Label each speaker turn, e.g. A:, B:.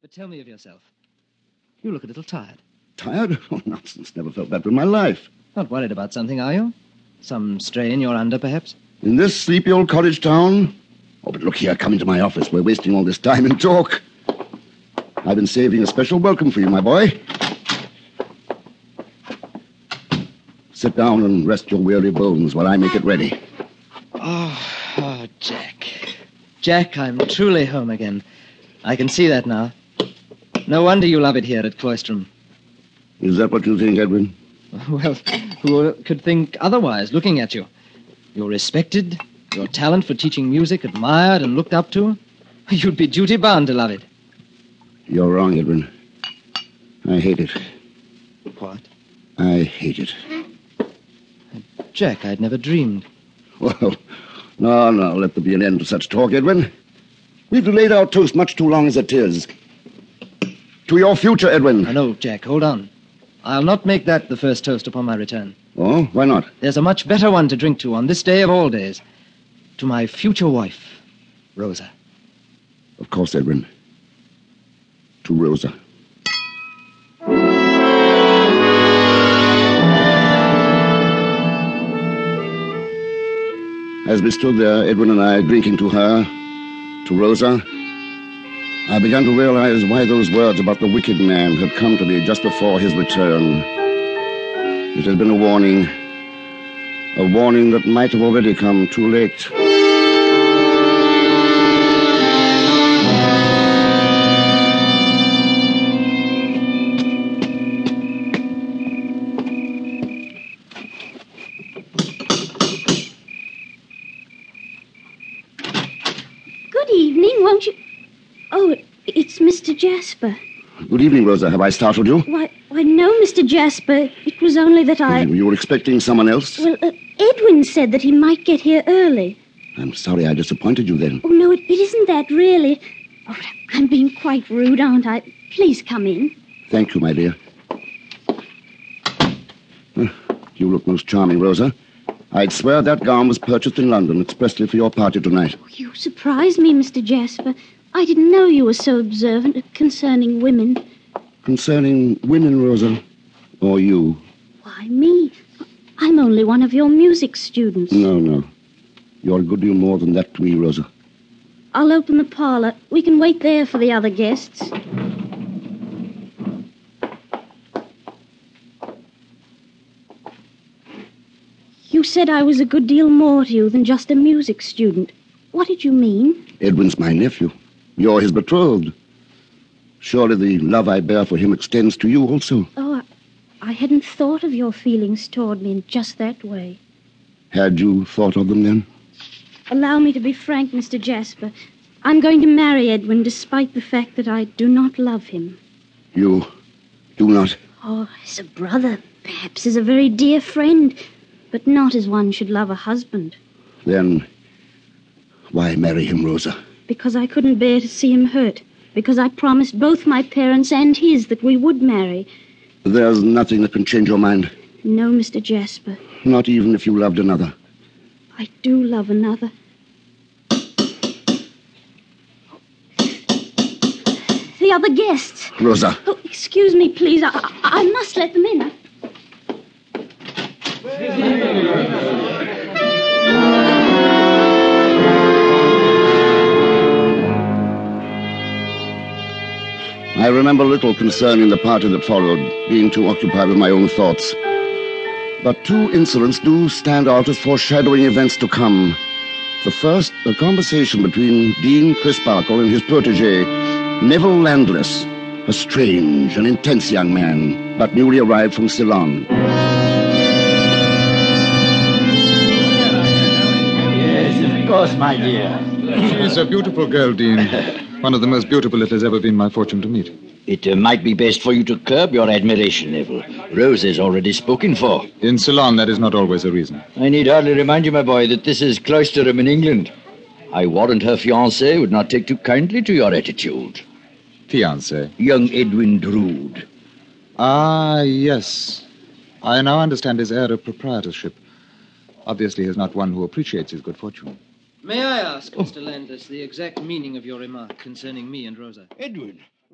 A: But tell me of yourself. You look a little tired.
B: Tired? Oh, nonsense. Never felt better in my life.
A: Not worried about something, are you? Some strain you're under, perhaps?
B: In this sleepy old cottage town? Oh, but look here, come into my office. We're wasting all this time in talk. I've been saving a special welcome for you, my boy. Sit down and rest your weary bones while I make it ready.
A: Oh, oh, Jack. Jack, I'm truly home again. I can see that now. No wonder you love it here at Cloistrom.
B: Is that what you think, Edwin?
A: Well, who could think otherwise looking at you? You're respected, your talent for teaching music admired and looked up to. You'd be duty bound to love it.
B: You're wrong, Edwin. I hate it.
A: What?
B: I hate it.
A: Jack, I'd never dreamed.
B: Well, no, no, let there be an end to such talk, Edwin. We've delayed our toast much too long as it is. To your future, Edwin.
A: I know, Jack. Hold on. I'll not make that the first toast upon my return.
B: Oh, why not?
A: There's a much better one to drink to on this day of all days. To my future wife, Rosa.
B: Of course, Edwin. To Rosa. As we stood there, Edwin and I, drinking to her, to Rosa, I began to realize why those words about the wicked man had come to me just before his return. It had been a warning, a warning that might have already come too late.
C: Good evening, won't you? Oh, it's Mr. Jasper.
B: Good evening, Rosa. Have I startled you?
C: Why, why, no, Mr. Jasper. It was only that I.
B: You were expecting someone else?
C: Well, uh, Edwin said that he might get here early.
B: I'm sorry I disappointed you then.
C: Oh, no, it, it isn't that, really. Oh, I'm being quite rude, aren't I? Please come in.
B: Thank you, my dear. Huh, You look most charming, Rosa. I'd swear that gown was purchased in London expressly for your party tonight.
C: Oh, you surprise me, Mr. Jasper. I didn't know you were so observant concerning women.
B: Concerning women, Rosa, or you?
C: Why me? I'm only one of your music students.
B: No, no. You're a good deal more than that to me, Rosa.
C: I'll open the parlor. We can wait there for the other guests. You said I was a good deal more to you than just a music student. What did you mean?
B: Edwin's my nephew. You're his betrothed. Surely the love I bear for him extends to you also.
C: Oh, I, I hadn't thought of your feelings toward me in just that way.
B: Had you thought of them then?
C: Allow me to be frank, Mr. Jasper. I'm going to marry Edwin despite the fact that I do not love him.
B: You do not.
C: Oh, as a brother, perhaps as a very dear friend, but not as one should love a husband,
B: Then why marry him, Rosa?
C: because I couldn't bear to see him hurt, because I promised both my parents and his that we would marry.
B: There's nothing that can change your mind,
C: No, Mr. Jasper,
B: not even if you loved another.
C: I do love another. The other guests.
B: Rosa,
C: Oh, excuse me, please. I, I, I must let them in.
B: I remember little concerning the party that followed, being too occupied with my own thoughts. But two incidents do stand out as foreshadowing events to come. The first, a conversation between Dean Crisparkle and his protege, Neville Landless, a strange and intense young man, but newly arrived from Ceylon.
D: Of course, my dear.
E: She's a beautiful girl, Dean. One of the most beautiful it has ever been my fortune to meet.
D: It uh, might be best for you to curb your admiration, Neville. Rose is already spoken for.
E: In Ceylon, that is not always a reason.
D: I need hardly remind you, my boy, that this is Cloisterham in England. I warrant her fiancé would not take too kindly to your attitude.
E: Fiancé.
D: Young Edwin Drood.
E: Ah, yes. I now understand his air of proprietorship. Obviously, he is not one who appreciates his good fortune.
A: Oh. May I ask, Mr. Landis, the exact meaning of your remark concerning me and Rosa?
D: Edwin,